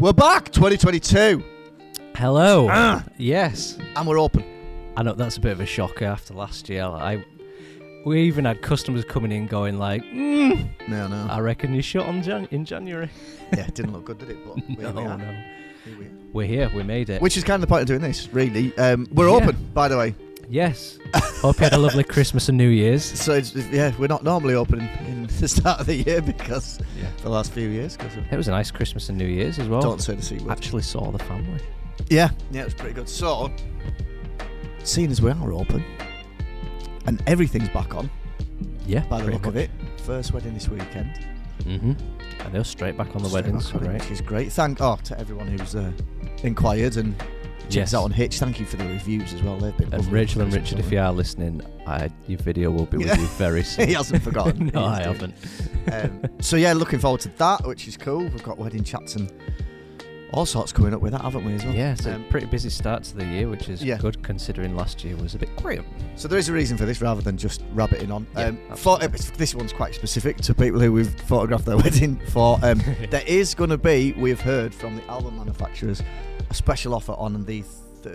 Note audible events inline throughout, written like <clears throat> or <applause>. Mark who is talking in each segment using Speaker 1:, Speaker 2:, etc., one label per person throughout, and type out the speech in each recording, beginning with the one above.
Speaker 1: We're back, 2022,
Speaker 2: Hello.
Speaker 1: Ah.
Speaker 2: Yes.
Speaker 1: and we're open.
Speaker 2: I know that's a bit of a shocker after last year. I we even had customers coming in going like, mm,
Speaker 1: No, no.
Speaker 2: "I reckon you shut on Jan-
Speaker 1: <laughs>
Speaker 2: in January."
Speaker 1: Ah, yeah, it didn't look good, did it?
Speaker 2: <laughs>
Speaker 1: But here we
Speaker 2: No,
Speaker 1: are.
Speaker 2: no.
Speaker 1: Here we are.
Speaker 2: We're here. We made it.
Speaker 1: Ah. Which is kind of the point of doing this, really. Um, we're
Speaker 2: Yeah.
Speaker 1: open, by the way.
Speaker 2: yes. Hope you had a lovely Christmas and New Year's.
Speaker 1: So, it's, it's- yeah, we're not normally open in, in <laughs> the start of the year because
Speaker 2: Yeah.
Speaker 1: for the last few years, because of
Speaker 2: It was a nice Christmas and New Year's as well.
Speaker 1: don't say the C word.
Speaker 2: Oh, Actually saw the family.
Speaker 1: Yeah, yeah, it was pretty good. So, seeing as we are open and everything's back on,
Speaker 2: Yeah.
Speaker 1: by the look of it, first wedding this weekend.
Speaker 2: Mm-hmm. I know. Straight back on the
Speaker 1: Straight
Speaker 2: wedding.
Speaker 1: back on it,
Speaker 2: Right.
Speaker 1: Which is great. Thank oh to everyone who's uh, inquired and checked
Speaker 2: Yes.
Speaker 1: out on Hitch. Thank you for the reviews as well. They've been
Speaker 2: And
Speaker 1: lovely.
Speaker 2: Rachel and Richard, if you are listening, I, your video will be with
Speaker 1: Yeah.
Speaker 2: you very
Speaker 1: <laughs>
Speaker 2: soon.
Speaker 1: he hasn't forgotten.
Speaker 2: <laughs> no, I
Speaker 1: He's doing
Speaker 2: haven't.
Speaker 1: um, so yeah, looking forward to that, which is cool. We've got wedding chats and all sorts coming up with that, haven't we? As well.
Speaker 2: Yeah, it's
Speaker 1: Um,
Speaker 2: a pretty busy start to the year, which is
Speaker 1: Yeah.
Speaker 2: good considering last year was a bit quiet.
Speaker 1: so there is a reason for this, rather than just rabbiting on.
Speaker 2: Yeah,
Speaker 1: um, for, it's- this one's quite specific to people who we've photographed their <laughs> wedding for.
Speaker 2: <laughs>
Speaker 1: Um, there is going to be, we've heard from the album manufacturers, a special offer on the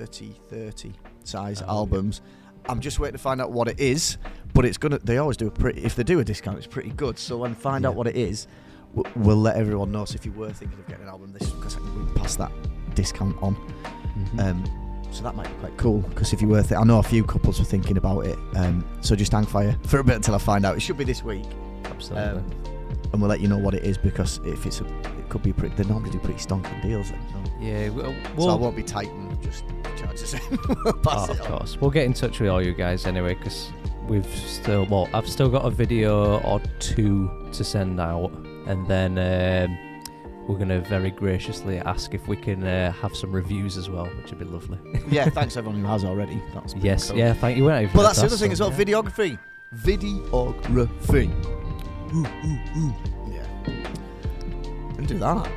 Speaker 1: 30-30 size
Speaker 2: Oh, yeah.
Speaker 1: albums. I'm just waiting to find out what it is, but it's gonna. They always do a pretty. If they do a discount, it's pretty good. So when I find out
Speaker 2: Yeah.
Speaker 1: what it is, w- we'll let everyone know. So if you were thinking of getting an album, this because we passed that discount on.
Speaker 2: Mm-hmm.
Speaker 1: Um, so that might be quite cool because if you were, th- I know a few couples were thinking about it. Um, so just hang fire <laughs> for a bit until I find out. It should be this week,
Speaker 2: Absolutely.
Speaker 1: um, and we'll let you know what it is because if it's a, it could be pretty. They normally do pretty stonking deals. Like, so.
Speaker 2: yeah, we'll,
Speaker 1: so I
Speaker 2: we'll-
Speaker 1: won't be tight and just charge the same. <laughs> Pass it
Speaker 2: oh, of
Speaker 1: on.
Speaker 2: course. We'll get in touch with all you guys anyway, because we've still, well, I've still got a video or two to send out, and then um, we're going to very graciously ask if we can uh, have some reviews as well, which would be lovely.
Speaker 1: yeah, thanks everyone who has already. That's been
Speaker 2: yes,
Speaker 1: cool.
Speaker 2: yeah, thank you. Well,
Speaker 1: But that's the other thing as well. Videography, videography. Ooh, ooh, ooh. Yeah. And do that.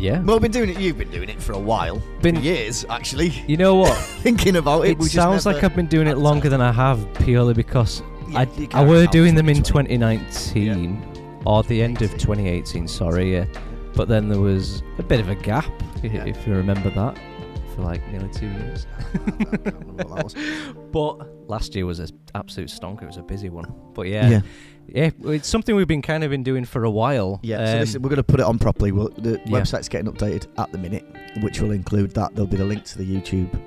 Speaker 2: Yeah.
Speaker 1: Well, we've been doing it. You've been doing it for a while.
Speaker 2: Been-
Speaker 1: years, actually.
Speaker 2: You know
Speaker 1: <laughs>
Speaker 2: what?
Speaker 1: Thinking about it,
Speaker 2: It sounds like I've been doing it longer than I have purely because
Speaker 1: Yeah,
Speaker 2: I,
Speaker 1: you
Speaker 2: I
Speaker 1: can't
Speaker 2: were
Speaker 1: count
Speaker 2: doing them in
Speaker 1: 2020.
Speaker 2: 2019 or the end of
Speaker 1: 18.
Speaker 2: 2018, sorry. Yeah. But then there was a bit of a gap, i-
Speaker 1: Yeah.
Speaker 2: if you remember that, for like nearly two
Speaker 1: <laughs>
Speaker 2: years. <laughs> But last year was an absolute stonker. It was a busy one. But yeah, yeah,
Speaker 1: Yeah.
Speaker 2: it's something we've been kind of been doing for a while.
Speaker 1: Yeah, so this is,
Speaker 2: Um,
Speaker 1: we're going to put it on properly. We'll, the
Speaker 2: Yeah.
Speaker 1: website's getting updated at the minute, which will include that. There'll be the link to the YouTube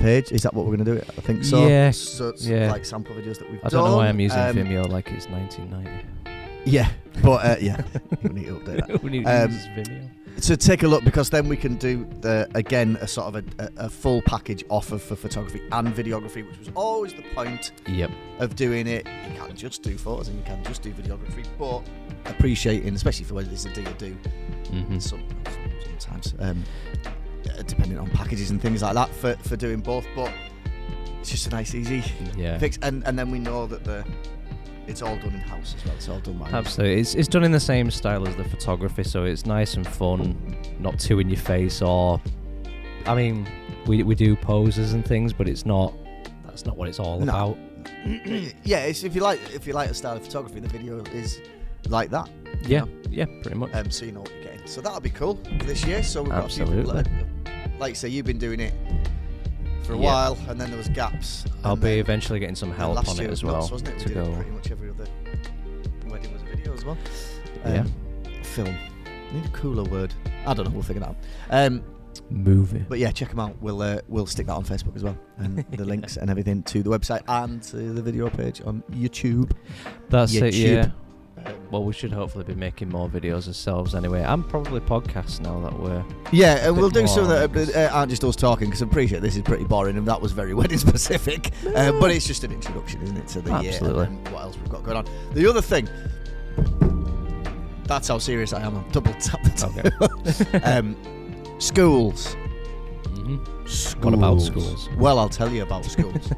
Speaker 1: page. Is that what we're going to do? I think so.
Speaker 2: Yeah,
Speaker 1: So it's
Speaker 2: yeah.
Speaker 1: like sample videos that we've
Speaker 2: I
Speaker 1: done.
Speaker 2: don't know why I'm using
Speaker 1: um,
Speaker 2: Vimeo like it's 1990.
Speaker 1: <laughs> Yeah, but uh, yeah, <laughs> we need to update that.
Speaker 2: <laughs> we need
Speaker 1: Um,
Speaker 2: to use Vimeo.
Speaker 1: So take a look because then we can do the again a sort of a, a, a full package offer for photography and videography, which was always the point
Speaker 2: Yep.
Speaker 1: of doing it. You can just do photos and you can just do videography, but appreciating, especially for when it's a do or do,
Speaker 2: hmm
Speaker 1: some, sometimes um, uh, depending on packages and things like that for, for doing both. But it's just a nice, easy
Speaker 2: Yeah.
Speaker 1: fix, and and then we know that the it's all done in house as well. It's all done by us.
Speaker 2: Absolutely. It's, it's done in the same style as the photography, so it's nice and fun, not too in your face or I mean, we we do poses and things, but it's not that's not what it's all
Speaker 1: No.
Speaker 2: about.
Speaker 1: <clears throat> yeah, it's, if you like if you like the style of photography, the video is like that.
Speaker 2: Yeah, yeah, pretty much.
Speaker 1: um, so you know what you're getting. So that'll be cool for this year. So we've got a few
Speaker 2: Absolutely.
Speaker 1: people that- like you say, you've been doing it for a
Speaker 2: Yeah.
Speaker 1: while, and then there was gaps.
Speaker 2: I'll
Speaker 1: and
Speaker 2: be
Speaker 1: then-
Speaker 2: eventually getting some
Speaker 1: and
Speaker 2: help
Speaker 1: last
Speaker 2: on
Speaker 1: year
Speaker 2: it as
Speaker 1: was
Speaker 2: well
Speaker 1: nuts, wasn't it?
Speaker 2: to
Speaker 1: we did
Speaker 2: go.
Speaker 1: it pretty much every other wedding was a video as well. Um,
Speaker 2: Yeah.
Speaker 1: Film. Need a cooler word. I don't know. We'll figure it out. Um,
Speaker 2: Movie.
Speaker 1: but yeah, check them out. We'll uh, we'll stick that on Facebook as well,
Speaker 2: <laughs>
Speaker 1: and the links and everything to the website and to the video page on YouTube.
Speaker 2: That's it.
Speaker 1: YouTube.
Speaker 2: Yeah.
Speaker 1: Um,
Speaker 2: Well, we should hopefully be making more videos ourselves anyway. I'm probably podcasts now that we're.
Speaker 1: Yeah, and
Speaker 2: bit
Speaker 1: we'll do
Speaker 2: more
Speaker 1: some that
Speaker 2: because-
Speaker 1: uh, aren't just us talking because I'm pretty sure this is pretty boring and that was very <laughs> wedding specific. Uh, but it's just an introduction, isn't it, to the
Speaker 2: Absolutely.
Speaker 1: year and then what else we've got going on. The other thing, that's how serious I am. I'm double tap the top.
Speaker 2: Okay.
Speaker 1: <laughs> um, schools.
Speaker 2: Mhm.
Speaker 1: schools.
Speaker 2: What about schools?
Speaker 1: Well, I'll tell you about <laughs>
Speaker 2: <laughs>
Speaker 1: schools.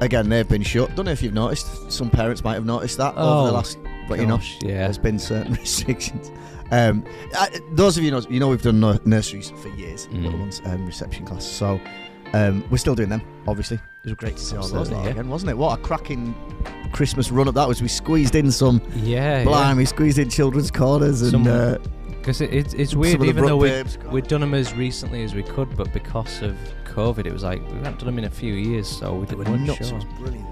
Speaker 1: Again, they've been shut. Don't know if you've noticed. Some parents might have noticed that over
Speaker 2: Oh,
Speaker 1: the last, but you know,
Speaker 2: Gosh, yeah.
Speaker 1: there's been certain <laughs> restrictions. Um, I, those of you know, you know, we've done nur- nurseries for years,
Speaker 2: Mm.
Speaker 1: little ones, um, reception class. So um, we're still doing them, obviously. It was great to see all those
Speaker 2: Absolutely,
Speaker 1: lot
Speaker 2: yeah.
Speaker 1: again, wasn't it? What a cracking Christmas run up that was. We squeezed in some,
Speaker 2: Yeah. yeah.
Speaker 1: blimey, squeezed in children's corners and
Speaker 2: Some-
Speaker 1: uh,
Speaker 2: because it, it's it's
Speaker 1: Some
Speaker 2: weird.
Speaker 1: of the
Speaker 2: Even
Speaker 1: rock
Speaker 2: though we
Speaker 1: babes got-
Speaker 2: we'd done them as recently as we could, but because of COVID, it was like we haven't done them in a few years, so we
Speaker 1: They
Speaker 2: didn't
Speaker 1: were
Speaker 2: weren't
Speaker 1: nuts.
Speaker 2: sure.
Speaker 1: It was brilliant.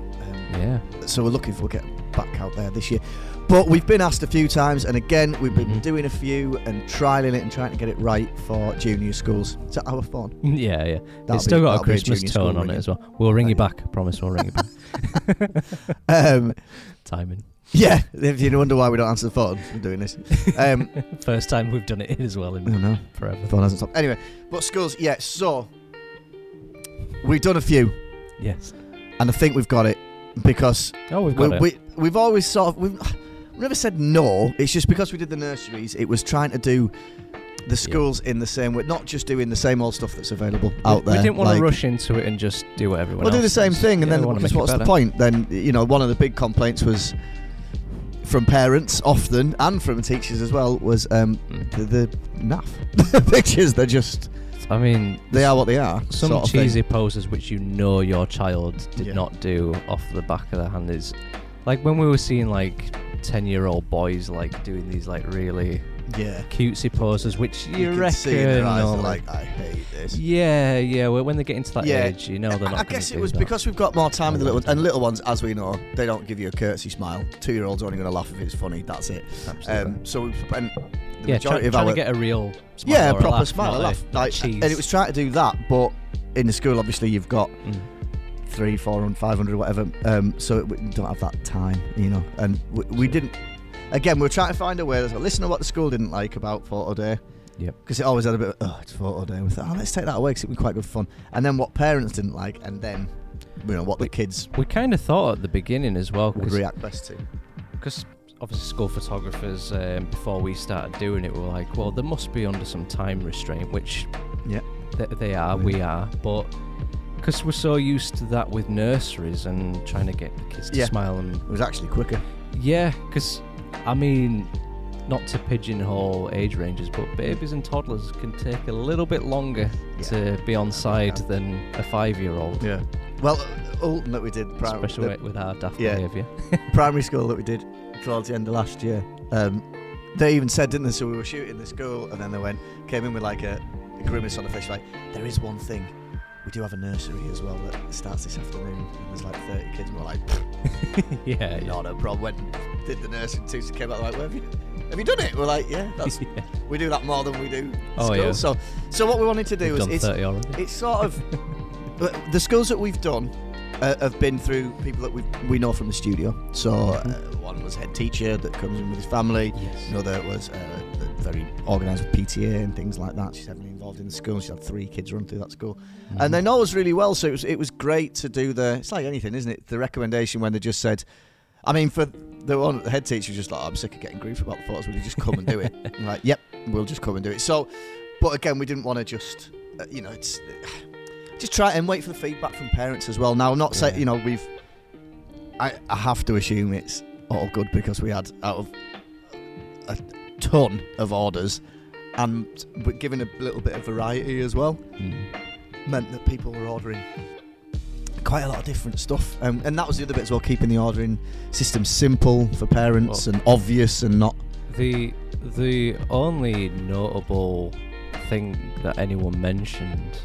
Speaker 1: Um,
Speaker 2: Yeah, <laughs>
Speaker 1: so we're looking for get back out there this year. But we've been asked a few times, and again, we've been
Speaker 2: Mhm.
Speaker 1: doing a few and trialing it and trying to get it right for junior schools. It's our fun.
Speaker 2: yeah, yeah.
Speaker 1: That'll
Speaker 2: it's still
Speaker 1: be-
Speaker 2: got a
Speaker 1: that'll be
Speaker 2: Christmas
Speaker 1: junior
Speaker 2: tone
Speaker 1: school
Speaker 2: on it
Speaker 1: ringing.
Speaker 2: as well. We'll ring you
Speaker 1: Thank
Speaker 2: back. Promise, we'll ring you
Speaker 1: <laughs>
Speaker 2: back.
Speaker 1: Um,
Speaker 2: Timing.
Speaker 1: yeah, if you wonder why we don't answer the phone, we're doing this.
Speaker 2: <laughs>
Speaker 1: Um,
Speaker 2: First time we've done it as well
Speaker 1: I
Speaker 2: in
Speaker 1: don't know. The
Speaker 2: forever.
Speaker 1: phone hasn't stopped. Anyway, but schools, yeah. So we've done a few,
Speaker 2: Yes.
Speaker 1: and I think we've got it because
Speaker 2: Oh, we've
Speaker 1: we,
Speaker 2: got it.
Speaker 1: we, we've always sort of we've, <sighs> we've never said no. It's just because we did the nurseries, it was trying to do the schools in the same way, not just doing the same old stuff that's available out
Speaker 2: we,
Speaker 1: there.
Speaker 2: we didn't want
Speaker 1: like-
Speaker 2: to rush into it and just do what everyone
Speaker 1: We'll do the
Speaker 2: else
Speaker 1: same
Speaker 2: does.
Speaker 1: thing, and
Speaker 2: Yeah,
Speaker 1: then
Speaker 2: we wanna
Speaker 1: because
Speaker 2: make it
Speaker 1: what's the
Speaker 2: better.
Speaker 1: point? Then you know, one of the big complaints was from parents often, and from teachers as well, was um,
Speaker 2: Mm.
Speaker 1: the, the naff <laughs> pictures. They're just
Speaker 2: I mean,
Speaker 1: they are what they are.
Speaker 2: some
Speaker 1: sort of thing.
Speaker 2: cheesy poses which you know your child did
Speaker 1: Yeah.
Speaker 2: not do off the back of their hand is like when we were seeing like 10 year old boys like doing these like really
Speaker 1: Yeah,
Speaker 2: cutesy poses which you,
Speaker 1: you
Speaker 2: reckon
Speaker 1: can see in their eyes.
Speaker 2: are
Speaker 1: They're like, I hate this.
Speaker 2: yeah yeah well, when they get into that
Speaker 1: Yeah.
Speaker 2: age you know they're not
Speaker 1: I
Speaker 2: gonna
Speaker 1: guess it
Speaker 2: do
Speaker 1: was
Speaker 2: that.
Speaker 1: because we've got more time with the little ones,
Speaker 2: Yeah.
Speaker 1: and little ones, as we know, they don't give you a curtsy smile. Two year olds only going to laugh if it's funny. That's it.
Speaker 2: Absolutely.
Speaker 1: Um, so we spent the
Speaker 2: yeah try,
Speaker 1: majority of
Speaker 2: trying
Speaker 1: our
Speaker 2: to get a real smile
Speaker 1: yeah
Speaker 2: or a
Speaker 1: proper
Speaker 2: laugh,
Speaker 1: smile,
Speaker 2: not
Speaker 1: a laugh.
Speaker 2: a
Speaker 1: Like,
Speaker 2: cheese.
Speaker 1: and it was trying to do that, but in the school, obviously, you've got
Speaker 2: Mm.
Speaker 1: three, four, and five hundred, whatever. Um, so it, we don't have that time, you know. And we, we didn't. Again, we were trying to find a way. that's like, Listen to what the school didn't like about photo day.
Speaker 2: Yep.
Speaker 1: Because it always had a bit of, oh, it's photo day. And we thought, oh, let's take that away because it'd be quite good fun. And then what parents didn't like, and then, you know, what the kids
Speaker 2: we kind of thought at the beginning as well
Speaker 1: would
Speaker 2: 'cause
Speaker 1: react best to.
Speaker 2: because obviously school photographers um, before we started doing it were like well they must be under some time restraint which
Speaker 1: Yeah.
Speaker 2: th- they are we are but because we're so used to that with nurseries and trying to get the kids to
Speaker 1: Yeah.
Speaker 2: smile and
Speaker 1: It was actually quicker.
Speaker 2: yeah because i mean not to pigeonhole age ranges but babies and toddlers can take a little bit longer
Speaker 1: Yeah.
Speaker 2: to be on side than a five year old
Speaker 1: Yeah. Well, uh, ultimately, we did primary,
Speaker 2: especially
Speaker 1: the
Speaker 2: with, with our daft
Speaker 1: yeah.
Speaker 2: behavior
Speaker 1: primary school that we did towards the end of last year. Um, they even said, didn't they? So we were shooting the school, and then they went came in with like a, a grimace on the face, like there is one thing. We do have a nursery as well that starts this afternoon, and there's like 30 kids. And we're like,
Speaker 2: <laughs> yeah, yeah.
Speaker 1: not a problem. When did the nursery tutor came out like, where have you, have you done it? We're like, yeah, that's
Speaker 2: <laughs> Yeah.
Speaker 1: we do that more than we do
Speaker 2: Oh,
Speaker 1: school.
Speaker 2: yeah.
Speaker 1: So, so what we wanted to do
Speaker 2: We've
Speaker 1: is
Speaker 2: done
Speaker 1: it's
Speaker 2: 30 already.
Speaker 1: it's sort of but the schools that we've done uh, have been through people that we we know from the studio. So uh, one was head teacher that comes in with his family.
Speaker 2: Yes.
Speaker 1: Another was uh, that very organised with PTA and things like that. She's heavily involved in the school. She's had three kids run through that school, and they know us really well. So it was it was great to do the. It's like anything, isn't it? The recommendation when they just said, I mean, for the one the head teacher was just like, "Oh, I'm sick of getting grief about the photos. Will you just come and do it? And like, yep, we'll just come and do it. So, but again, we didn't want to just, uh, you know, it's <sighs> just try and wait for the feedback from parents as well. Now, I'm not saying,
Speaker 2: Yeah.
Speaker 1: you know, we've. I, I have to assume it's all good because we had out of a ton of orders, and but given a little bit of variety as well
Speaker 2: Mm.
Speaker 1: meant that people were ordering quite a lot of different stuff. Um, and that was the other bit as well, keeping the ordering system simple for parents and obvious and not.
Speaker 2: The the only notable thing that anyone mentioned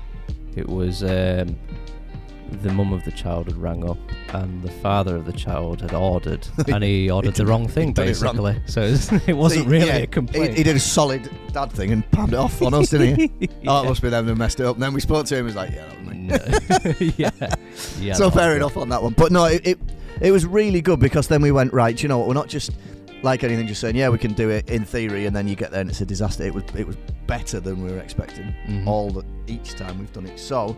Speaker 2: it was um, the mum of the child had rang up and the father of the child had ordered
Speaker 1: <laughs>
Speaker 2: and he ordered the
Speaker 1: did-
Speaker 2: wrong
Speaker 1: he
Speaker 2: thing
Speaker 1: done it wrong.
Speaker 2: basically so it was- it wasn't
Speaker 1: So he-
Speaker 2: really
Speaker 1: yeah,
Speaker 2: a complaint
Speaker 1: He, he did a solid dad thing and palmed it off on us,
Speaker 2: <laughs>
Speaker 1: didn't he? Oh, it must be them who messed it up. And then we spoke to him, he was like, yeah, that was me.
Speaker 2: No. <laughs> yeah yeah
Speaker 1: so
Speaker 2: that
Speaker 1: fair
Speaker 2: was it.
Speaker 1: enough on that one. But no, it, it it was really good because then we went right. do You know what? We're not just like anything, just saying yeah, we can do it in theory, and then you get there and it's a disaster. It was it was better than we were expecting.
Speaker 2: Mhm.
Speaker 1: All the, each time we've done it. So.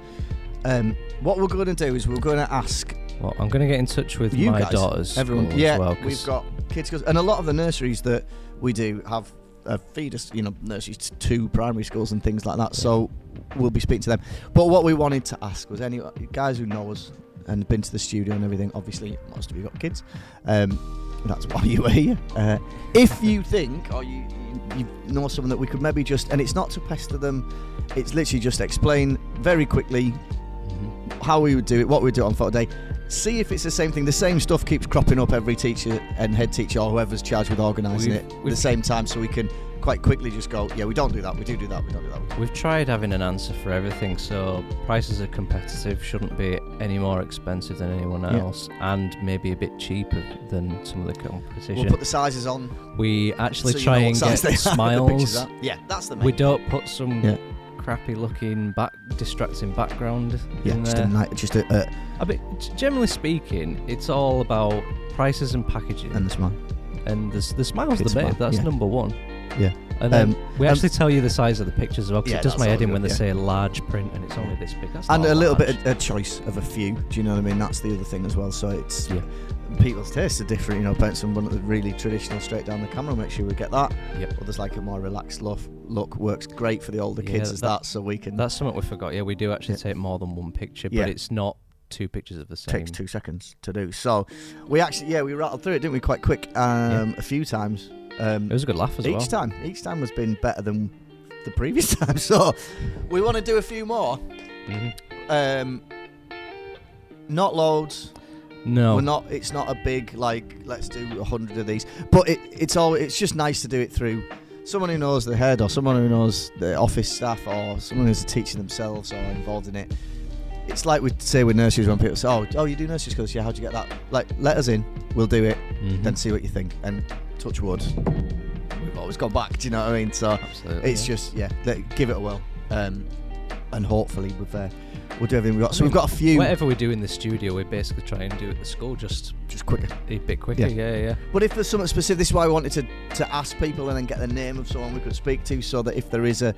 Speaker 1: Um, what we're going to do is we're going to ask
Speaker 2: well, I'm gonna get in touch with
Speaker 1: You
Speaker 2: my
Speaker 1: guys,
Speaker 2: daughters
Speaker 1: everyone.
Speaker 2: school
Speaker 1: Yeah,
Speaker 2: as well
Speaker 1: we've
Speaker 2: 'cause-
Speaker 1: got kids, and a lot of the nurseries that we do have uh, feed us, you know, nurseries to two primary schools and things like that. So we'll be speaking to them. But what we wanted to ask was any uh, guys who know us and been to the studio and everything. Obviously, most of you got kids. Um, that's why you are here. Uh, if you think or you, you, you know someone that we could maybe just, and it's not to pester them, it's literally just explain very quickly
Speaker 2: Mhm.
Speaker 1: how we would do it, what we would do on photo day, See if it's the same thing. The same stuff keeps cropping up every teacher and head teacher or whoever's charged with organising
Speaker 2: We've-
Speaker 1: it at
Speaker 2: we've-
Speaker 1: the same time, so we can quite quickly just go, yeah, we don't do that. We do do that. We don't do that.
Speaker 2: We've tried having an answer for everything, so prices are competitive, shouldn't be any more expensive than anyone
Speaker 1: Yeah.
Speaker 2: else, and maybe a bit cheaper than some of the competition.
Speaker 1: We'll put the sizes on.
Speaker 2: we actually
Speaker 1: so you
Speaker 2: try
Speaker 1: know what
Speaker 2: and get
Speaker 1: size they Are, <laughs> the pictures
Speaker 2: smiles.
Speaker 1: are. yeah, that's the main.
Speaker 2: We don't put some
Speaker 1: Yeah.
Speaker 2: crappy looking back distracting background
Speaker 1: yeah,
Speaker 2: in
Speaker 1: just
Speaker 2: there.
Speaker 1: a night, just a uh,
Speaker 2: I mean, g- generally speaking, it's all about prices and packaging,
Speaker 1: and
Speaker 2: and,
Speaker 1: the smile.
Speaker 2: the, s- the smile's the
Speaker 1: It's
Speaker 2: bit.
Speaker 1: smile,
Speaker 2: That's
Speaker 1: yeah.
Speaker 2: number one.
Speaker 1: Yeah.
Speaker 2: And then we
Speaker 1: um,
Speaker 2: actually tell you the size of the pictures as well, 'cause
Speaker 1: Yeah,
Speaker 2: it does
Speaker 1: that's
Speaker 2: my head
Speaker 1: all
Speaker 2: in when
Speaker 1: good,
Speaker 2: they
Speaker 1: yeah.
Speaker 2: say large print and it's only this big. That's
Speaker 1: and
Speaker 2: not
Speaker 1: a little
Speaker 2: large.
Speaker 1: bit of a choice of a few. Do you know what I mean? That's the other thing as well. So it's
Speaker 2: Yeah.
Speaker 1: people's tastes are different. You know, perhaps someone that really traditional, straight down the camera. Make sure we get that.
Speaker 2: Yep.
Speaker 1: Others like a more relaxed look. Look works great for the older
Speaker 2: Yeah,
Speaker 1: kids as
Speaker 2: that-
Speaker 1: that, so we can.
Speaker 2: That's something we forgot. Yeah, we do actually
Speaker 1: Yeah.
Speaker 2: take more than one picture,
Speaker 1: Yeah.
Speaker 2: but it's not two pictures of the same.
Speaker 1: takes two seconds to do. So we actually, yeah, we rattled through it, didn't we? Quite quick. Um, A few times. Um,
Speaker 2: It was a good laugh as
Speaker 1: each
Speaker 2: well.
Speaker 1: time, each time has been better than the previous <laughs> time. So we want to do a few more.
Speaker 2: Mhm.
Speaker 1: Um, not loads.
Speaker 2: No,
Speaker 1: We're not. It's not a big like. Let's do a hundred of these. But it, it's all. It's just nice to do it through someone who knows the head, or someone who knows the office staff, or someone who's a teacher themselves or involved in it. It's like we say with nurseries when people say, "Oh, oh, you do nurseries course? Yeah, how'd you get that?" Like, let us in. We'll do it.
Speaker 2: Mhm.
Speaker 1: Then see what you think. And touch wood. We've always gone back. Do you know what I mean? So
Speaker 2: Absolutely.
Speaker 1: it's
Speaker 2: yeah.
Speaker 1: just yeah. Let, give it a whirl. Um, and hopefully we've uh, we'll do everything we have got. So
Speaker 2: I
Speaker 1: we've got a few
Speaker 2: whatever we do in the studio, we basically try and do at the school, just
Speaker 1: just quicker.
Speaker 2: a bit quicker. Yeah, yeah.
Speaker 1: But if there's something specific, this is why I wanted to, to ask people and then get the name of someone we could speak to, so that if there is a,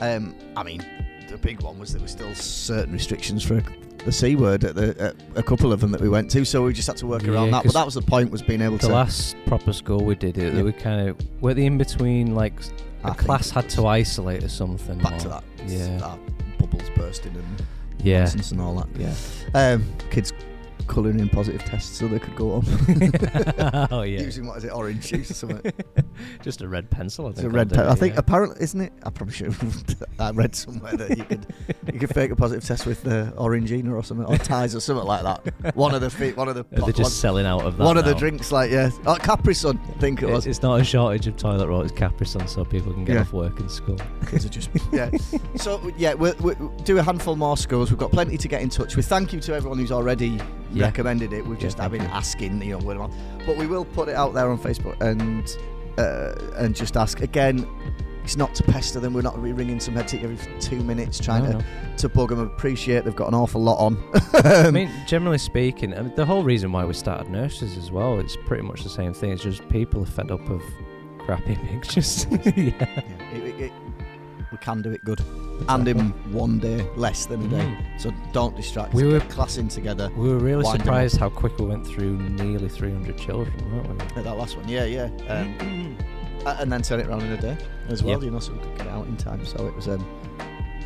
Speaker 1: um, I mean, the big one was there were still certain restrictions for the c word at, the, at a couple of them that we went to, so we just had to work
Speaker 2: Yeah,
Speaker 1: around that. But
Speaker 2: 'cause
Speaker 1: that was the point was being able
Speaker 2: The
Speaker 1: to
Speaker 2: last proper school we did it,
Speaker 1: Yeah.
Speaker 2: we kind of were the in between, like s-
Speaker 1: I
Speaker 2: the
Speaker 1: think
Speaker 2: class
Speaker 1: it
Speaker 2: had
Speaker 1: was
Speaker 2: to isolate or something.
Speaker 1: back
Speaker 2: or-
Speaker 1: to that.
Speaker 2: Yeah.
Speaker 1: Our bubbles bursting and
Speaker 2: Yeah.
Speaker 1: nonsense and all that. Yeah, um, kids colouring in positive tests so they could go on
Speaker 2: <laughs> oh
Speaker 1: <laughs>
Speaker 2: yeah.
Speaker 1: using what is it, orange juice or something.
Speaker 2: Just a red pencil. I think
Speaker 1: It's a
Speaker 2: I'll
Speaker 1: red
Speaker 2: do
Speaker 1: pen.
Speaker 2: it,
Speaker 1: I think
Speaker 2: yeah.
Speaker 1: apparently, isn't it? I probably should. Have, <laughs> I read somewhere that you could you could fake a positive test with the Orangina or something, or ties or something like
Speaker 2: <laughs>
Speaker 1: that. One of the feet, one of the
Speaker 2: They're
Speaker 1: one,
Speaker 2: just selling out of that.
Speaker 1: one of the
Speaker 2: now.
Speaker 1: drinks, like yeah, oh, Capri Sun, I think it
Speaker 2: It's,
Speaker 1: was.
Speaker 2: it's not a shortage of toilet roll, it's Capri Sun so people can get
Speaker 1: Yeah.
Speaker 2: off work
Speaker 1: <laughs>
Speaker 2: and school.
Speaker 1: Kids are just
Speaker 2: <laughs>
Speaker 1: yeah. So yeah, we'll, we'll do a handful more schools. We've got plenty to get in touch with. Thank you to everyone who's already
Speaker 2: Yeah.
Speaker 1: recommended it. We've
Speaker 2: Yeah,
Speaker 1: just
Speaker 2: thank
Speaker 1: been
Speaker 2: you.
Speaker 1: asking, you know, where am I? but we will put it out there on Facebook and uh, and just ask again. It's not to pester them. We're not going to be ringing some head teacher every two minutes trying
Speaker 2: No,
Speaker 1: to
Speaker 2: no.
Speaker 1: to bug them. Appreciate they've got an awful lot on. <laughs>
Speaker 2: I mean, generally speaking, I mean, the whole reason why we started nurses as well, it's pretty much the same thing. It's just people are fed up of <laughs> crappy pictures. yeah.
Speaker 1: <laughs> Yeah, it- it- it- we can do it good, and in one day less than a day.
Speaker 2: Mm.
Speaker 1: So don't distract.
Speaker 2: We
Speaker 1: We
Speaker 2: were-
Speaker 1: were classing together.
Speaker 2: We were really
Speaker 1: Wind 'em up.
Speaker 2: surprised how quick we went through nearly 300 children, weren't Mm-hmm.
Speaker 1: At that last one, yeah, yeah.
Speaker 2: we?
Speaker 1: Um,
Speaker 2: <clears throat>
Speaker 1: Uh, and then turn it around in a day as well,
Speaker 2: Yep.
Speaker 1: you know, so we could get it out in time. So it was, um,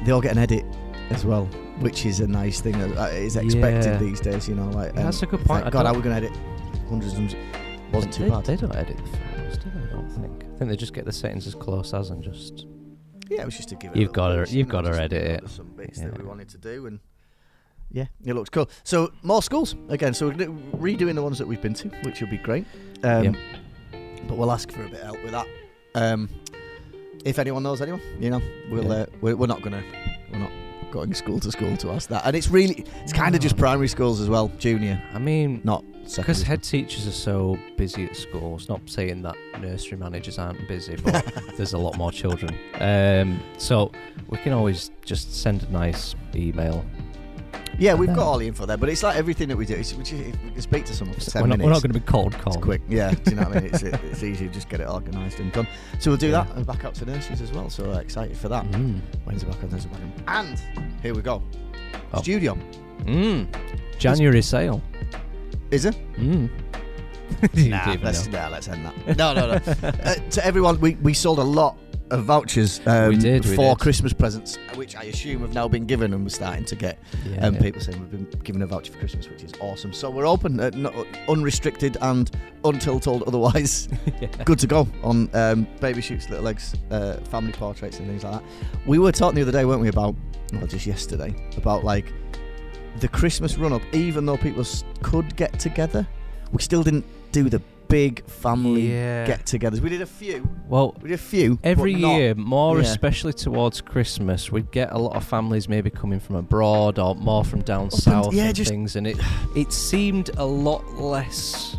Speaker 1: they all get an edit as well, which is a nice thing that uh, is expected
Speaker 2: Yeah.
Speaker 1: these days, you know. Like, um,
Speaker 2: Yeah, that's a good point. I
Speaker 1: Thank God, how
Speaker 2: don't-
Speaker 1: we're going to edit hundreds and hundreds. Wasn't too
Speaker 2: they,
Speaker 1: bad.
Speaker 2: They don't edit the photos, do they? I don't think. I think they just get the settings as close as and just.
Speaker 1: Yeah, it was just to give it.
Speaker 2: You've
Speaker 1: a little
Speaker 2: gotta-
Speaker 1: boost,
Speaker 2: you've
Speaker 1: you know,
Speaker 2: gotta
Speaker 1: just
Speaker 2: edit it.
Speaker 1: there's Some bits that we
Speaker 2: Yeah.
Speaker 1: wanted to do, and yeah, it looks cool. So more schools again. So we're gonna- redoing the ones that we've been to, which will be great. Um,
Speaker 2: Yep.
Speaker 1: But we'll ask for a bit of help with that. Um, if anyone knows anyone, you know, we'll.
Speaker 2: Yeah.
Speaker 1: Uh, we're, we're not gonna. We're not going school to school to ask that, and it's really it's kind of just
Speaker 2: No.
Speaker 1: primary schools as well, junior,
Speaker 2: I mean,
Speaker 1: not
Speaker 2: Because
Speaker 1: secondary.
Speaker 2: head teachers are so busy at school, it's not saying that nursery managers aren't busy,
Speaker 1: <laughs>
Speaker 2: but there's a lot more children. Um, so we can always just send a nice email.
Speaker 1: Yeah, we've got all the info there, but it's like everything that we do. It's, we just we can speak to someone for 10
Speaker 2: We're not,
Speaker 1: minutes.
Speaker 2: we're not going to be cold call.
Speaker 1: It's quick, yeah. Do you know what I mean?
Speaker 2: <laughs>
Speaker 1: It's, it's easy to just get it organised and done. So we'll do
Speaker 2: Yeah.
Speaker 1: that and back up to nurseries as well. So uh, excited for that.
Speaker 2: Mm.
Speaker 1: Wednesday back on Thursday back on. And here we go.
Speaker 2: Oh.
Speaker 1: Studio.
Speaker 2: Mm. January sale.
Speaker 1: Is it? <laughs>
Speaker 2: Mm. You
Speaker 1: Nah,
Speaker 2: didn't even
Speaker 1: let's,
Speaker 2: know.
Speaker 1: nah, let's end that. No,
Speaker 2: <laughs>
Speaker 1: no, no. uh, to everyone, we, we sold a lot of vouchers um,
Speaker 2: We did, we
Speaker 1: for
Speaker 2: did.
Speaker 1: Christmas presents, which I assume have now been given and we're starting to get
Speaker 2: Yeah, <laughs>
Speaker 1: um,
Speaker 2: yeah.
Speaker 1: people saying we've been given a voucher for Christmas, which is awesome. So we're open, uh, not, unrestricted and until told otherwise.
Speaker 2: Yeah.
Speaker 1: good to go on um, baby shoots, little legs, uh, family portraits, and things like that. We were talking the other day, weren't we, about well, just yesterday, about like the Christmas run up, even though people s- could get together, we still didn't do the big family
Speaker 2: yeah.
Speaker 1: get togethers. We did a few.
Speaker 2: well,
Speaker 1: We did a few. but
Speaker 2: every
Speaker 1: not-
Speaker 2: year, more
Speaker 1: yeah.
Speaker 2: especially towards Christmas, we'd get a lot of families maybe coming from abroad or more from down
Speaker 1: and-
Speaker 2: south
Speaker 1: yeah,
Speaker 2: and
Speaker 1: just-
Speaker 2: things, and it it seemed a lot less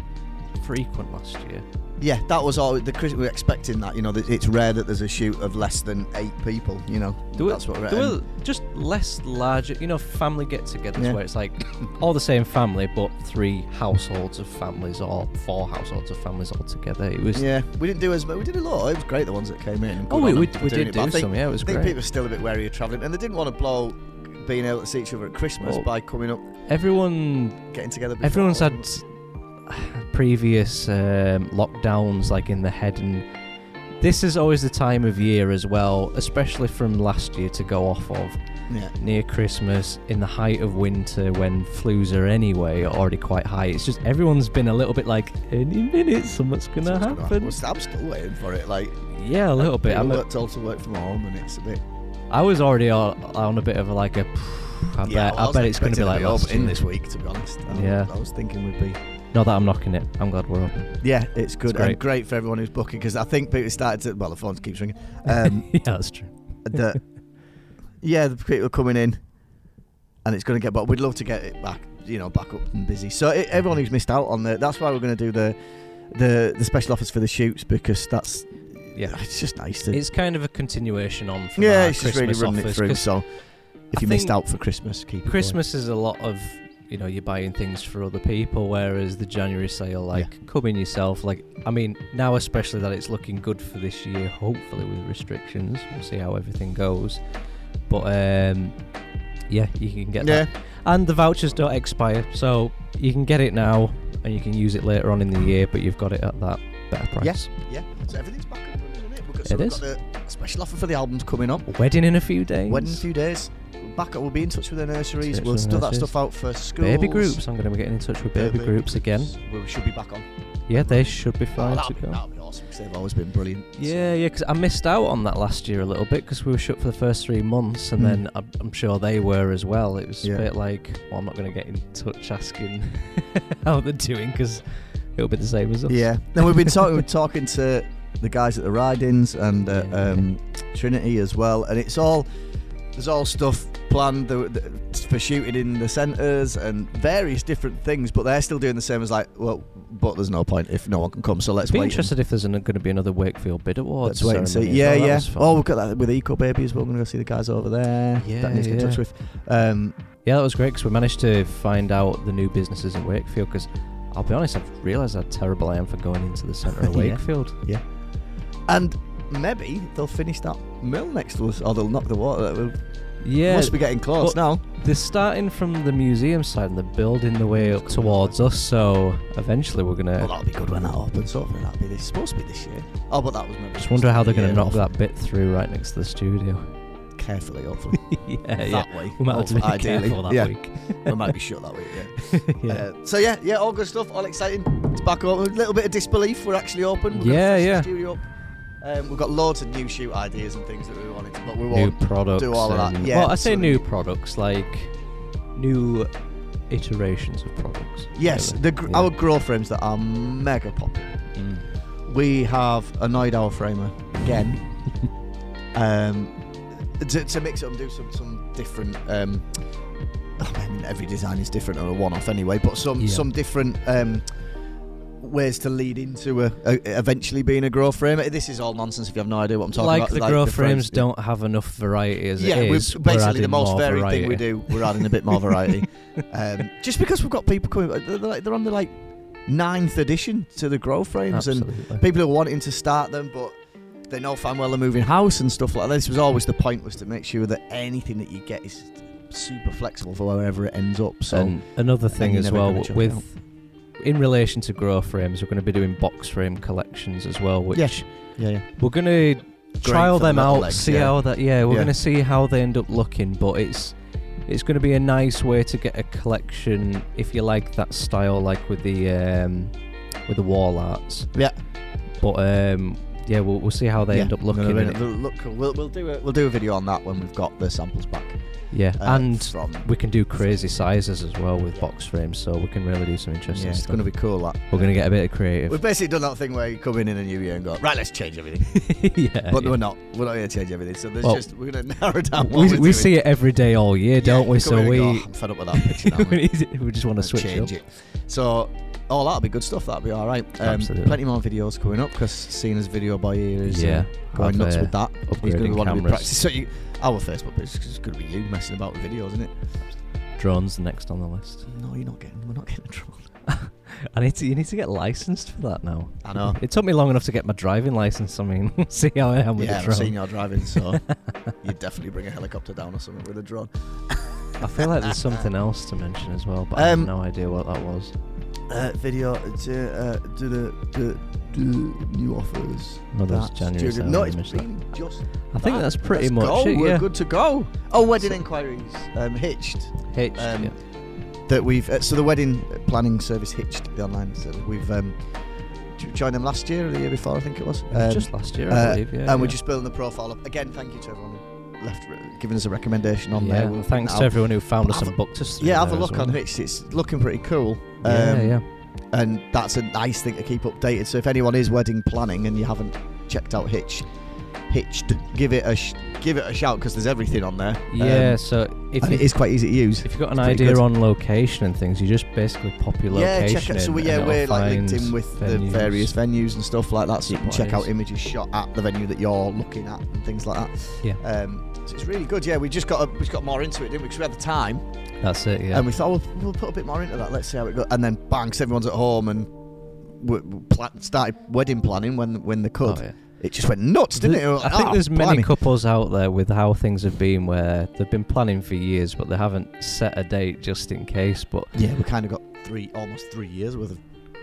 Speaker 2: frequent last year.
Speaker 1: Yeah, that was all. The Chris, we we're expecting that. You know, that it's rare that there's a shoot of less than eight people. You know,
Speaker 2: There were,
Speaker 1: that's what we're.
Speaker 2: there
Speaker 1: and-
Speaker 2: were just less larger, you know, family get-togethers
Speaker 1: Yeah.
Speaker 2: where it's like all the same family, but three households of families or four households of families all together. It was
Speaker 1: Yeah, we didn't do as much. We did a lot. It was great the ones that came in.
Speaker 2: Oh,
Speaker 1: Good
Speaker 2: we-
Speaker 1: on
Speaker 2: we-
Speaker 1: them for
Speaker 2: we
Speaker 1: doing
Speaker 2: did
Speaker 1: it, but I
Speaker 2: do
Speaker 1: think-
Speaker 2: some, yeah, it was
Speaker 1: I think
Speaker 2: great.
Speaker 1: people were still a bit wary of travelling, and they didn't want to blow being able to see each other at Christmas
Speaker 2: Well-
Speaker 1: by coming up,
Speaker 2: everyone.
Speaker 1: getting together. before
Speaker 2: Everyone's
Speaker 1: or
Speaker 2: had previous um, lockdowns like in the head, and this is always the time of year as well, especially from last year to go off of.
Speaker 1: something. Yeah,
Speaker 2: near Christmas, in the height of winter when flus are anyway already quite high. It's just everyone's been a little bit like, any minute something's gonna
Speaker 1: Something's gonna
Speaker 2: happen.
Speaker 1: Well, I'm still waiting for it. Like
Speaker 2: Yeah, a little bit.
Speaker 1: people
Speaker 2: I'm a,
Speaker 1: were told to work from home, and it's a bit.
Speaker 2: I was already on, on a bit of like a.
Speaker 1: yeah,
Speaker 2: I bet,
Speaker 1: well,
Speaker 2: I
Speaker 1: was
Speaker 2: bet it's gonna
Speaker 1: expecting
Speaker 2: be
Speaker 1: to
Speaker 2: like last
Speaker 1: open in
Speaker 2: year.
Speaker 1: this week, to be honest. I was-
Speaker 2: Yeah.
Speaker 1: I was thinking we'd be.
Speaker 2: Not that I'm knocking it. I'm glad we're open.
Speaker 1: Yeah, it's good
Speaker 2: It's
Speaker 1: and great for everyone who's booking because I think people started to. Well, the phone keeps ringing. Um,
Speaker 2: <laughs> yeah, that's true.
Speaker 1: that yeah, the people are coming in, and it's going to get. But we'd love to get it back, you know, back up and busy. So it, everyone who's missed out on the, that's why we're going to do the the the special offers for the shoots because that's
Speaker 2: Yeah.
Speaker 1: it's just nice to
Speaker 2: It's kind of a continuation on from
Speaker 1: yeah,
Speaker 2: our
Speaker 1: it's just
Speaker 2: Christmas
Speaker 1: really running it
Speaker 2: offers,
Speaker 1: through.
Speaker 2: 'cause
Speaker 1: So if
Speaker 2: I
Speaker 1: you missed
Speaker 2: think
Speaker 1: out for Christmas, keep it going.
Speaker 2: Christmas is a lot of you know you're buying things for other people, whereas the January sale like come in yourself. Like I mean now especially that it's looking good for this year, hopefully with restrictions. We'll see how everything goes, but um, yeah, you can get
Speaker 1: Yeah,
Speaker 2: that. And the vouchers don't expire, so you can get it now and you can use it later on in the year, but you've got it at that better price.
Speaker 1: Yes. yeah. So everything's back up, isn't it? We've got,
Speaker 2: It
Speaker 1: so we've
Speaker 2: is.
Speaker 1: got the special offer for the albums coming up.
Speaker 2: Wedding in a few days.
Speaker 1: Wedding in a few days. We're Back, up. we'll be in touch with the nurseries.
Speaker 2: Touch
Speaker 1: We'll
Speaker 2: with the
Speaker 1: do that
Speaker 2: nurseries.
Speaker 1: stuff out for schools.
Speaker 2: Baby groups. I'm going to be getting in touch with baby, groups again.
Speaker 1: We should be back on.
Speaker 2: Yeah, they should be fine
Speaker 1: that'll,
Speaker 2: to
Speaker 1: be,
Speaker 2: go.
Speaker 1: that'll be awesome 'cause they've always been brilliant. So-
Speaker 2: Yeah, yeah, because I missed out on that last year a little bit because we were shut for the first three months, and
Speaker 1: Hmm.
Speaker 2: then I'm, I'm sure they were as well. It was
Speaker 1: Yeah.
Speaker 2: a bit like, well, I'm not going to get in touch asking <laughs> how they're doing because it'll be the same as us.
Speaker 1: Yeah. Then we've been talking, <laughs> we're
Speaker 2: <laughs>
Speaker 1: talking to the guys at the Ridings and uh,
Speaker 2: Yeah.
Speaker 1: um, Trinity as well, and it's all there's all stuff planned the, the, for shooting in the centres and various different things, but they're still doing the same as like, well, but there's no point if no one can come, so let's
Speaker 2: Be
Speaker 1: wait.
Speaker 2: interested if there's going to be another Wakefield Bid
Speaker 1: and,
Speaker 2: Awards.
Speaker 1: let's wait and see.
Speaker 2: ceremony as
Speaker 1: Yeah,
Speaker 2: well. That
Speaker 1: yeah.
Speaker 2: was fun.
Speaker 1: Oh, we've got that with Eco Baby as well. We're going to go see the guys over there.
Speaker 2: Yeah,
Speaker 1: that needs to get in
Speaker 2: yeah.
Speaker 1: touch with. Um,
Speaker 2: yeah, that was great because we managed to find out the new businesses in Wakefield. Because I'll be honest, I've realised how terrible I am for going into the centre of
Speaker 1: <laughs> Yeah.
Speaker 2: Wakefield.
Speaker 1: and maybe they'll finish that mill next to us, or they'll knock the water. uh,
Speaker 2: Yeah,
Speaker 1: Must be getting close now.
Speaker 2: They're starting from the museum side and they're building the way up towards us, so eventually we're
Speaker 1: Well,
Speaker 2: gonna
Speaker 1: that'll be good when that opens. Hopefully, that'll be this. Supposed to be this year. Oh, but that was maybe.
Speaker 2: just wonder how they're gonna
Speaker 1: Yeah,
Speaker 2: knock that bit through right next to the studio.
Speaker 1: carefully. Hopefully,
Speaker 2: <laughs> yeah, yeah.
Speaker 1: that way.
Speaker 2: We might have to be
Speaker 1: hopefully, ideally.
Speaker 2: careful that
Speaker 1: yeah,
Speaker 2: week.
Speaker 1: <laughs> we might be shut that week. Yeah.
Speaker 2: <laughs> yeah,
Speaker 1: Uh, so yeah, yeah, all good stuff. All exciting. It's back open. A little bit of disbelief. We're actually open. We're gonna
Speaker 2: Yeah,
Speaker 1: fix the
Speaker 2: yeah.
Speaker 1: Studio up. Um, we've got loads of new shoot ideas and things that we wanted, to, but we
Speaker 2: new
Speaker 1: won't.
Speaker 2: products.
Speaker 1: do all of that,
Speaker 2: and-
Speaker 1: yeah,
Speaker 2: well, I say
Speaker 1: so-
Speaker 2: new products, like new iterations of products.
Speaker 1: Yes,
Speaker 2: really.
Speaker 1: the gr-
Speaker 2: Yeah.
Speaker 1: our grow frames that are mega popular.
Speaker 2: Mm.
Speaker 1: We have annoyed our framer again.
Speaker 2: <laughs>
Speaker 1: um, to, to mix it up and do some some different. Um, I mean, every design is different on a one-off anyway, but some
Speaker 2: Yeah.
Speaker 1: some different um, ways to lead into a, a eventually being a grow frame. This is all nonsense if you have no idea what I'm talking
Speaker 2: like
Speaker 1: about.
Speaker 2: the grow frames
Speaker 1: frames-
Speaker 2: don't have enough variety as
Speaker 1: Yeah,
Speaker 2: it
Speaker 1: we're
Speaker 2: is. we're
Speaker 1: basically the
Speaker 2: adding
Speaker 1: most
Speaker 2: more
Speaker 1: varied
Speaker 2: variety.
Speaker 1: thing we do. We're adding a bit more
Speaker 2: <laughs>
Speaker 1: variety, um, just because we've got people coming. They're, they're like- they're on the like ninth edition to the grow frames, and
Speaker 2: Absolutely.
Speaker 1: people are wanting to start them, but they know fine well they're moving house and stuff like that. This was always the point was to make sure that anything that you get is super flexible for wherever it ends up. So
Speaker 2: and another thing
Speaker 1: you're
Speaker 2: as
Speaker 1: never
Speaker 2: well
Speaker 1: gonna chuck it
Speaker 2: with in relation to grow frames, we're going to be doing box frame collections as well, which
Speaker 1: Yeah. yeah, yeah,
Speaker 2: we're going to trial
Speaker 1: for the
Speaker 2: them
Speaker 1: little
Speaker 2: out,
Speaker 1: legs,
Speaker 2: see
Speaker 1: yeah.
Speaker 2: how that yeah, we're
Speaker 1: Yeah.
Speaker 2: going to see how they end up looking, but it's it's going to be a nice way to get a collection if you like that style, like with the um, with the wall arts.
Speaker 1: Yeah.
Speaker 2: But um, yeah, we'll, we'll see how they
Speaker 1: Yeah,
Speaker 2: end up
Speaker 1: no, no,
Speaker 2: looking.
Speaker 1: no,
Speaker 2: in it.
Speaker 1: no, look cool. We'll, we'll do a we'll do a video on that when we've got the samples back.
Speaker 2: yeah,
Speaker 1: uh,
Speaker 2: and
Speaker 1: from
Speaker 2: we can do crazy sizes as well with
Speaker 1: Yeah.
Speaker 2: box frames, so we can really do some interesting
Speaker 1: yeah, it's
Speaker 2: stuff.
Speaker 1: going to be cool. That
Speaker 2: We're going to get a bit of creative.
Speaker 1: we've basically done that thing where you come in in a new year and go right, let's change everything.
Speaker 2: <laughs> yeah,
Speaker 1: But
Speaker 2: yeah.
Speaker 1: we're not. We're not going to change everything. So there's
Speaker 2: Well,
Speaker 1: just we're going to <laughs> narrow down. What
Speaker 2: we,
Speaker 1: we're
Speaker 2: we
Speaker 1: doing.
Speaker 2: see it every day all year, don't
Speaker 1: Yeah,
Speaker 2: we?
Speaker 1: you
Speaker 2: So
Speaker 1: come in and
Speaker 2: we
Speaker 1: go, "Oh, I'm fed up with that
Speaker 2: <laughs>
Speaker 1: picture now.
Speaker 2: we, need- we just want to
Speaker 1: Let's
Speaker 2: switch
Speaker 1: change
Speaker 2: up.
Speaker 1: it. So all that'll be good stuff. That'll be all right. Um,
Speaker 2: Absolutely.
Speaker 1: plenty more videos coming up because seeing as video by ear is uh,
Speaker 2: Yeah,
Speaker 1: going
Speaker 2: have,
Speaker 1: nuts
Speaker 2: uh,
Speaker 1: with that. He's going to
Speaker 2: upgrading
Speaker 1: want to be
Speaker 2: cameras.
Speaker 1: practicing. So you, our Facebook page is just going to be you messing about with videos, isn't it?
Speaker 2: Drones next on
Speaker 1: <laughs>
Speaker 2: the list.
Speaker 1: No, you're not getting. We're not getting in trouble.
Speaker 2: I need to. You need to get licensed for that now.
Speaker 1: I know.
Speaker 2: It took me long enough to get my driving license. I mean, <laughs> see how I am with
Speaker 1: yeah,
Speaker 2: the
Speaker 1: I've
Speaker 2: drone.
Speaker 1: seen your driving, so you'd definitely bring a helicopter down or something with a drone.
Speaker 2: <laughs> I feel
Speaker 1: <laughs>
Speaker 2: like there's something else to mention as well, but I
Speaker 1: Um,
Speaker 2: have no idea what that was.
Speaker 1: Uh, video to uh, do the do, do new offers.
Speaker 2: No, there's
Speaker 1: That's
Speaker 2: January
Speaker 1: Judy-
Speaker 2: sale,
Speaker 1: No,
Speaker 2: I
Speaker 1: it's
Speaker 2: missed that.
Speaker 1: been just.
Speaker 2: I think
Speaker 1: that.
Speaker 2: that's pretty
Speaker 1: Let's
Speaker 2: much
Speaker 1: go,
Speaker 2: it.
Speaker 1: We're
Speaker 2: yeah.
Speaker 1: good to go. Oh, wedding inquiries. Um, hitched.
Speaker 2: Hitched,
Speaker 1: Um,
Speaker 2: yeah.
Speaker 1: that we've uh, so the wedding planning service hitched the online service we've um, j- joined them last year or the year before I think it was,
Speaker 2: It was
Speaker 1: Um,
Speaker 2: just last year, I
Speaker 1: uh,
Speaker 2: believe. Yeah,
Speaker 1: and
Speaker 2: yeah.
Speaker 1: we're just building the profile up again thank you to everyone who left re- giving us a recommendation on
Speaker 2: yeah.
Speaker 1: there We'll
Speaker 2: thanks
Speaker 1: put
Speaker 2: to
Speaker 1: it out.
Speaker 2: everyone who found
Speaker 1: But
Speaker 2: us
Speaker 1: have
Speaker 2: and booked us. through
Speaker 1: yeah have a
Speaker 2: there as
Speaker 1: look
Speaker 2: well.
Speaker 1: on hitched it's looking pretty cool
Speaker 2: Yeah,
Speaker 1: um,
Speaker 2: yeah.
Speaker 1: and that's a nice thing to keep updated so if anyone is wedding planning and you haven't checked out hitch hitched give it a sh- give it a shout because there's everything on there Um,
Speaker 2: Yeah, so if
Speaker 1: and
Speaker 2: you,
Speaker 1: it is quite easy to use
Speaker 2: if you've got an
Speaker 1: it's pretty
Speaker 2: idea
Speaker 1: good.
Speaker 2: on location and things, you just basically pop your
Speaker 1: Yeah,
Speaker 2: location.
Speaker 1: check out. So
Speaker 2: in
Speaker 1: we, yeah,
Speaker 2: and it'll
Speaker 1: we're like linked
Speaker 2: find
Speaker 1: in with the
Speaker 2: venues.
Speaker 1: various venues and stuff like that. So you can check out
Speaker 2: Suppliers.
Speaker 1: images shot at the venue that you're looking at and things like that.
Speaker 2: Yeah.
Speaker 1: Um, so it's really good. Yeah, we just got a, we just got more into it, didn't we? Because we had the time
Speaker 2: That's it. Yeah.
Speaker 1: and we thought we'll, we'll put a bit more into that. Let's see how it goes. And then bang, so everyone's at home and we we pla- started wedding planning when when they
Speaker 2: Oh,
Speaker 1: could.
Speaker 2: yeah.
Speaker 1: It just went nuts, didn't it?
Speaker 2: Th-
Speaker 1: It was
Speaker 2: I
Speaker 1: like,
Speaker 2: think
Speaker 1: "Oh,
Speaker 2: there's many
Speaker 1: blimey."
Speaker 2: couples out there with how things have been where they've been planning for years, but they haven't set a date just in case. But
Speaker 1: yeah, we kind of got three almost three years worth of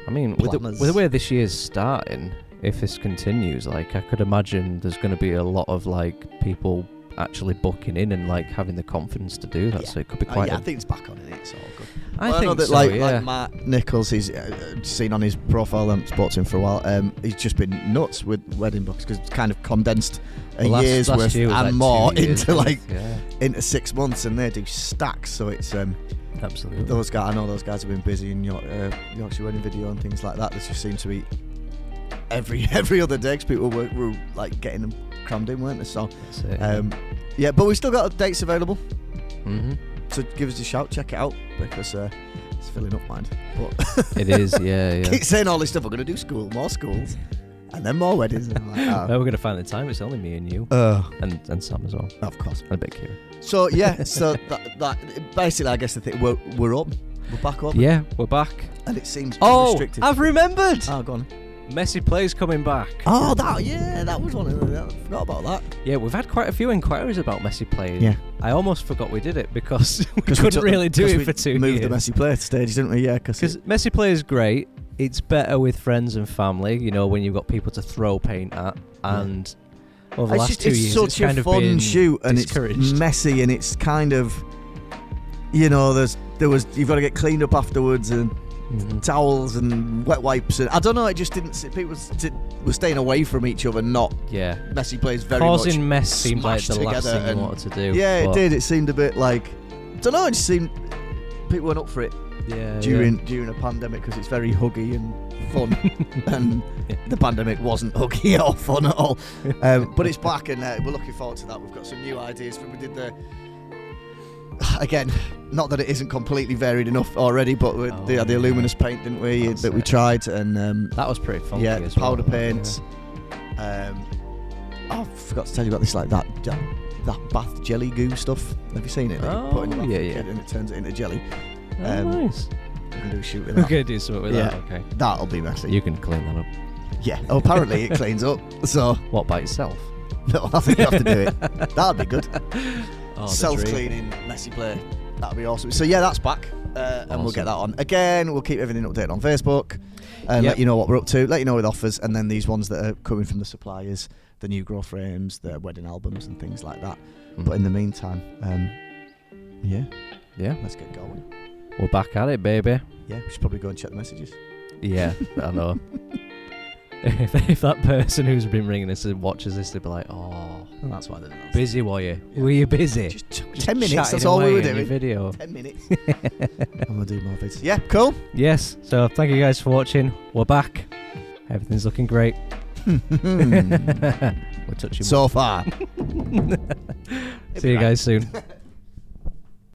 Speaker 2: I mean, with the,
Speaker 1: Planners.
Speaker 2: with the way this year's starting, if this continues, like I could imagine there's going to be a lot of like people actually booking in and like having the confidence to do that.
Speaker 1: Yeah.
Speaker 2: So it could be
Speaker 1: Oh,
Speaker 2: quite.
Speaker 1: yeah,
Speaker 2: a-
Speaker 1: I think it's back on it. It's all good.
Speaker 2: I
Speaker 1: Well, know
Speaker 2: think
Speaker 1: that,
Speaker 2: so,
Speaker 1: like,
Speaker 2: yeah.
Speaker 1: like Matt Nichols, he's uh, uh, seen on his profile, I haven't spoken to him for a while. Um, he's just been nuts with wedding books because it's kind of condensed a
Speaker 2: Last-
Speaker 1: year's
Speaker 2: last
Speaker 1: worth
Speaker 2: year was,
Speaker 1: and
Speaker 2: like, two
Speaker 1: more
Speaker 2: years
Speaker 1: into
Speaker 2: worth,
Speaker 1: like
Speaker 2: yeah,
Speaker 1: into six months, and they do stacks. So it's um,
Speaker 2: absolutely.
Speaker 1: those guys. I know those guys have been busy in York, uh, Yorkshire wedding video and things like that. This just seems to be every <laughs> every other day 'cause people were, were like getting them crammed in, weren't they? So
Speaker 2: That's it.
Speaker 1: um, yeah, but we still got updates available.
Speaker 2: Mhm.
Speaker 1: So give us a shout, check it out because uh, it's filling up, mind. But
Speaker 2: It is,
Speaker 1: <laughs>
Speaker 2: yeah, yeah.
Speaker 1: keep saying all this stuff. We're going to do school, more <laughs> schools, and then more weddings. And I'm
Speaker 2: <laughs> Uh,
Speaker 1: like,
Speaker 2: we're gonna find the time. It's only me and you,
Speaker 1: oh. Uh,
Speaker 2: and and Sam as well,
Speaker 1: of course.
Speaker 2: and a bit Kieran.
Speaker 1: So yeah, so that, that basically, I guess the thing we're we're up, we're back up,
Speaker 2: Yeah, we're back.
Speaker 1: and it seems
Speaker 2: Oh,
Speaker 1: restricted.
Speaker 2: I've remembered.
Speaker 1: oh, go on.
Speaker 2: Messi plays coming back.
Speaker 1: Oh, that yeah, that was one of the. I forgot about that.
Speaker 2: Yeah, we've had quite a few inquiries about Messi playing.
Speaker 1: Yeah.
Speaker 2: I almost forgot we did it because <laughs> <laughs> we
Speaker 1: 'Cause
Speaker 2: couldn't
Speaker 1: took the-
Speaker 2: really do
Speaker 1: 'cause
Speaker 2: it
Speaker 1: we
Speaker 2: for two
Speaker 1: Moved
Speaker 2: years.
Speaker 1: the messy play stage, didn't we? Yeah, because
Speaker 2: Because Messi play is great. It's better with friends and family. You know, when you've got people to throw paint at,
Speaker 1: Yeah.
Speaker 2: and over the last
Speaker 1: just,
Speaker 2: two
Speaker 1: it's
Speaker 2: years,
Speaker 1: such
Speaker 2: it's
Speaker 1: a
Speaker 2: kind of
Speaker 1: fun
Speaker 2: been
Speaker 1: shoot, and it's
Speaker 2: discouraged.
Speaker 1: messy, and it's kind of, you know, there's there was you've got to get cleaned up afterwards, and
Speaker 2: Mhm.
Speaker 1: towels and wet wipes, and I don't know, it just didn't. sit- People s- did- were staying away from each other, not
Speaker 2: Yeah,
Speaker 1: messy plays very
Speaker 2: causing
Speaker 1: much.
Speaker 2: mess seemed like the
Speaker 1: smashed
Speaker 2: last
Speaker 1: together
Speaker 2: thing you
Speaker 1: and-
Speaker 2: wanted to do.
Speaker 1: Yeah, it
Speaker 2: but-
Speaker 1: did. It seemed a bit like I don't know. It just seemed people weren't up for it
Speaker 2: Yeah,
Speaker 1: during
Speaker 2: <laughs>
Speaker 1: during a pandemic because it's very huggy and fun, and the pandemic wasn't huggy or fun at
Speaker 2: <laughs>
Speaker 1: all. Um, but it's back, and uh, we're looking forward to that. We've got some new ideas. We did the <sighs> again, not that it isn't completely varied enough already, but we
Speaker 2: Oh,
Speaker 1: the, the
Speaker 2: yeah.
Speaker 1: luminous paint, didn't we,
Speaker 2: That's
Speaker 1: that we
Speaker 2: it.
Speaker 1: tried, and um,
Speaker 2: That was pretty funky.
Speaker 1: yeah,
Speaker 2: as
Speaker 1: powder
Speaker 2: well,
Speaker 1: paint. Um, oh, I forgot to tell you about this, like that, that that bath jelly goo stuff. Have you seen it? That you put in the
Speaker 2: Oh,
Speaker 1: bath
Speaker 2: yeah,
Speaker 1: of the
Speaker 2: yeah.
Speaker 1: kid and it turns it into jelly.
Speaker 2: Yeah. Oh,
Speaker 1: Um,
Speaker 2: nice.
Speaker 1: We're gonna do a shoot with
Speaker 2: <laughs> We're
Speaker 1: that.
Speaker 2: gonna do something with that. Okay,
Speaker 1: That'll be messy.
Speaker 2: you can clean that up.
Speaker 1: Yeah. Oh, apparently it cleans up, so <laughs>
Speaker 2: What by itself?
Speaker 1: no, I think you have to do it. That'd be good.
Speaker 2: Oh, the dream.
Speaker 1: Self-cleaning messy play. That'd be awesome. So yeah, that's back, uh, and we'll
Speaker 2: Awesome.
Speaker 1: get that on again. We'll keep everything updated on Facebook, and
Speaker 2: Yep.
Speaker 1: let you know what we're up to. Let you know with offers, and then these ones that are coming from the suppliers, the new grow frames, the wedding albums, and things like that.
Speaker 2: Mhm.
Speaker 1: But in the meantime, um, yeah,
Speaker 2: Yeah,
Speaker 1: let's get going.
Speaker 2: we're back at it, baby.
Speaker 1: Yeah, we should probably go and check the messages.
Speaker 2: Yeah, I know. <laughs> if, if that person who's been ringing us and watches this, they'd be like, "Oh,
Speaker 1: And that's why they're not.
Speaker 2: busy were you? Were you busy?"
Speaker 1: Just t-
Speaker 2: Just
Speaker 1: ten minutes.
Speaker 2: chatting
Speaker 1: That's all we
Speaker 2: away
Speaker 1: were
Speaker 2: in
Speaker 1: <laughs>
Speaker 2: your
Speaker 1: doing.
Speaker 2: Video.
Speaker 1: Ten
Speaker 2: <laughs>
Speaker 1: minutes. I'm gonna do more videos. Yeah, cool.
Speaker 2: Yes. So thank you guys for watching. We're back. Everything's looking great. <laughs> We're touching.
Speaker 1: so far.
Speaker 2: <laughs> See you guys soon.